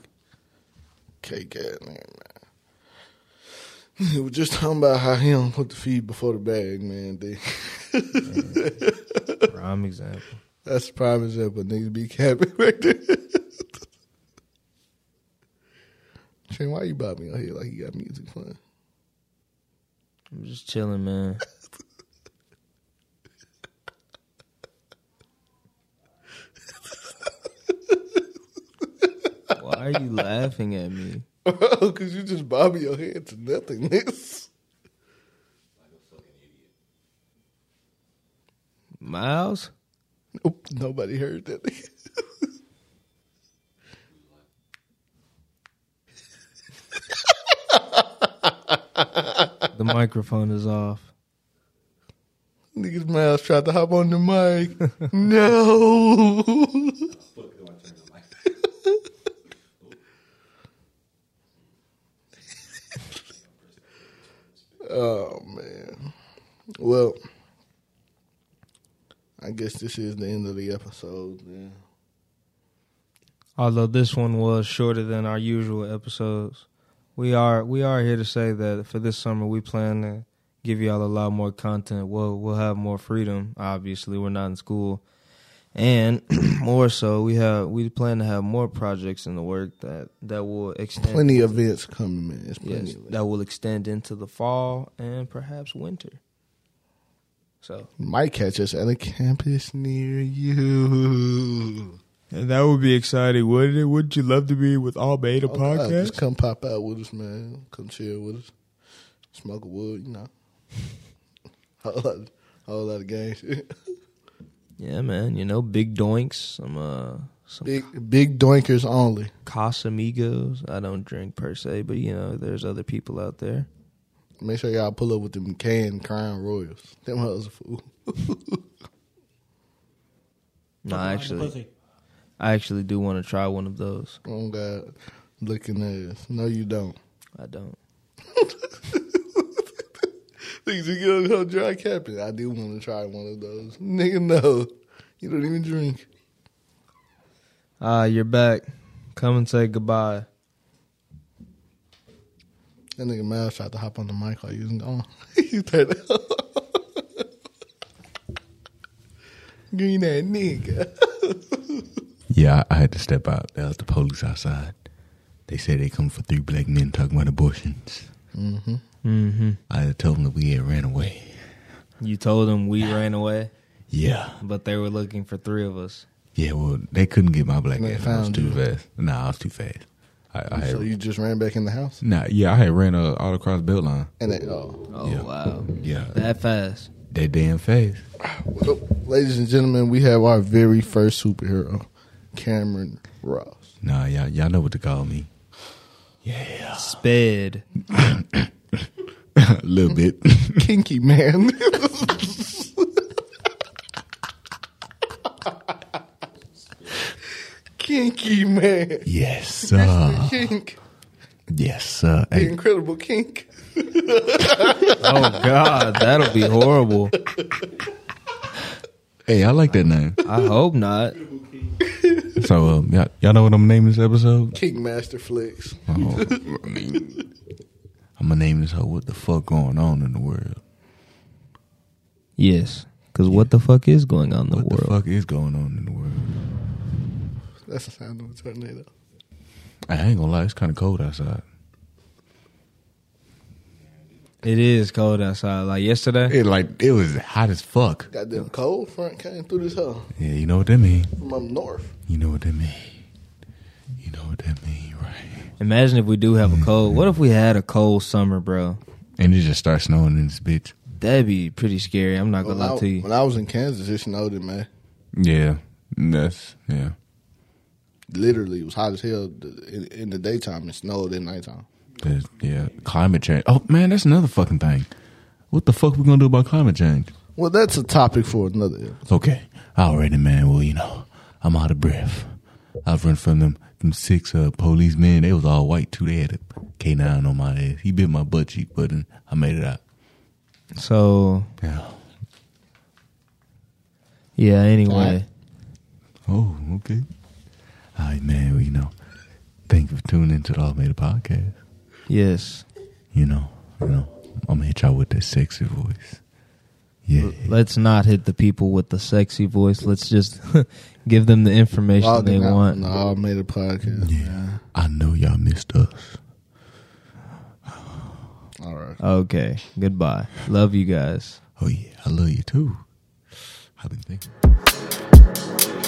Speaker 4: Cake ass nigga, man. (laughs) He was just talking about how he don't put the feed before the bag, man. They, (laughs)
Speaker 3: Prime example.
Speaker 4: (laughs) that's the prime example. Niggas be capping right there. Shane, why you bobbing your head like you got music playing?
Speaker 3: I'm just chilling, man. Why are you laughing at me?
Speaker 4: (laughs) Because you just bobbing your head to nothingness.
Speaker 3: Miles?
Speaker 4: (laughs) Nope, nobody heard that. (laughs)
Speaker 3: The microphone is off.
Speaker 4: Niggas mouths tried to hop on the (laughs) mic. no. (laughs) oh man. Well, I guess this is the end of the episode. Yeah.
Speaker 3: Although this one was shorter than our usual episodes, we are we are here to say that for this summer we plan to give y'all a lot more content. We'll we'll have more freedom. Obviously, we're not in school, and (clears throat) more so, we have we plan to have more projects in the work that that will extend.
Speaker 4: Plenty of events coming, man. It's plenty
Speaker 3: Yes,
Speaker 4: of
Speaker 3: that will extend into the fall and perhaps winter. So
Speaker 4: Might catch us at a campus near you.
Speaker 3: that would be exciting, wouldn't it? Wouldn't you love to be with All Beta
Speaker 4: Oh, God, Just come pop out with us, man. Come chill with us. Smoke a wood, you know. (laughs) whole, lot, whole lot of gang shit. (laughs)
Speaker 3: Yeah, man. You know, big doinks, some uh, some
Speaker 4: Big, big doinkers only.
Speaker 3: Casamigos. I don't drink per se, but you know, there's other people out there.
Speaker 4: Make sure y'all pull up with them canned Crown Royals. Them hoes a fool.
Speaker 3: No, I actually, I actually do want to try one of those.
Speaker 4: Oh, God. Looking ass. No, you don't.
Speaker 3: I don't.
Speaker 4: Niggas, you get on the whole dry capping. I do want to try one of those. Nigga, no. You don't even drink.
Speaker 3: Ah, you're back. Come and say goodbye.
Speaker 4: That nigga Miles tried to hop on the mic while you was gone. (laughs) you turned it off. Green that nigga.
Speaker 2: Yeah, I, I had to step out. That was the police outside. They said they come for three black men talking about abortions.
Speaker 3: Mm-hmm.
Speaker 2: I had to tell them that we had ran away.
Speaker 3: You told them we ran away,
Speaker 2: Yeah.
Speaker 3: but they were looking for three of us.
Speaker 2: Yeah, well, they couldn't get my black
Speaker 4: They
Speaker 2: ass. I was
Speaker 4: found
Speaker 2: too
Speaker 4: you.
Speaker 2: fast. Nah, I was too fast. I, I had,
Speaker 4: So you just ran back in the house?
Speaker 2: nah, yeah, I had ran uh, all across belt line.
Speaker 4: And they, oh.
Speaker 3: Oh
Speaker 2: Yeah.
Speaker 3: wow,
Speaker 2: Yeah, that,
Speaker 3: that fast.
Speaker 2: damn face.
Speaker 4: Well, ladies and gentlemen, we have our very first superhero, Cameron Ross.
Speaker 2: Nah, y'all, y'all know what to call me.
Speaker 3: Sped.
Speaker 2: (laughs) A little bit. (laughs)
Speaker 4: Kinky man. (laughs) Kinky man.
Speaker 2: yes, sir.
Speaker 4: Kink.
Speaker 2: Yes, sir.
Speaker 4: The
Speaker 2: Uh, Hey,
Speaker 4: incredible kink.
Speaker 3: Oh God, that'll be horrible.
Speaker 2: hey, I like that name.
Speaker 3: I hope not.
Speaker 2: So, um, y'all, y'all know what I'm naming this episode? (laughs)
Speaker 4: Kink Master Flicks.
Speaker 2: Oh, I mean, I'm gonna name this whole "What the fuck going on in the world?"
Speaker 3: Yes, because what the fuck is going on in the
Speaker 2: What the
Speaker 3: world?
Speaker 2: fuck is going on in the world?
Speaker 4: That's the sound of a tornado.
Speaker 2: I ain't gonna lie, it's kind of cold outside.
Speaker 3: It is cold outside. Like yesterday,
Speaker 2: It like it was hot as fuck.
Speaker 4: Goddamn cold front came through this hole
Speaker 2: Yeah, you know what that mean.
Speaker 4: from up north.
Speaker 2: You know what that mean. You know what that mean, right?
Speaker 3: imagine if we do have a cold. What if we had a cold summer, bro?
Speaker 2: And it just starts snowing in this bitch.
Speaker 3: That'd be pretty scary. I'm not gonna
Speaker 4: When I,
Speaker 3: lie to you.
Speaker 4: when I was in Kansas, it snowed it, man.
Speaker 2: Yeah, that's yeah.
Speaker 4: Literally, it was hot as hell th- in, in the daytime. It snowed at nighttime.
Speaker 2: There's, yeah, climate change. Oh man, that's another fucking thing. What the fuck we gonna do about climate change?
Speaker 4: Well, that's a topic for another. episode.
Speaker 2: Okay, already, man. Well, you know, I'm out of breath. I've run from them them six uh, policemen. They was all white too. They had a K nine on my ass. He bit my butt cheek, but then I made it out.
Speaker 3: So
Speaker 2: Yeah.
Speaker 3: yeah. Anyway,
Speaker 4: Alright.
Speaker 2: Oh, okay. All right, man. Well, you know, thank you for tuning into the All Made podcast.
Speaker 3: yes.
Speaker 2: You know, you know, I'm gonna hit y'all with that sexy voice. Yeah.
Speaker 3: Let's not hit the people with the sexy voice. Let's just (laughs) give them the information
Speaker 4: Logging
Speaker 3: they
Speaker 4: out.
Speaker 3: want.
Speaker 4: No, I made a podcast.
Speaker 2: I know y'all missed us.
Speaker 3: Okay. Goodbye. Love you guys.
Speaker 2: Oh yeah, I love you too. I've been thinking.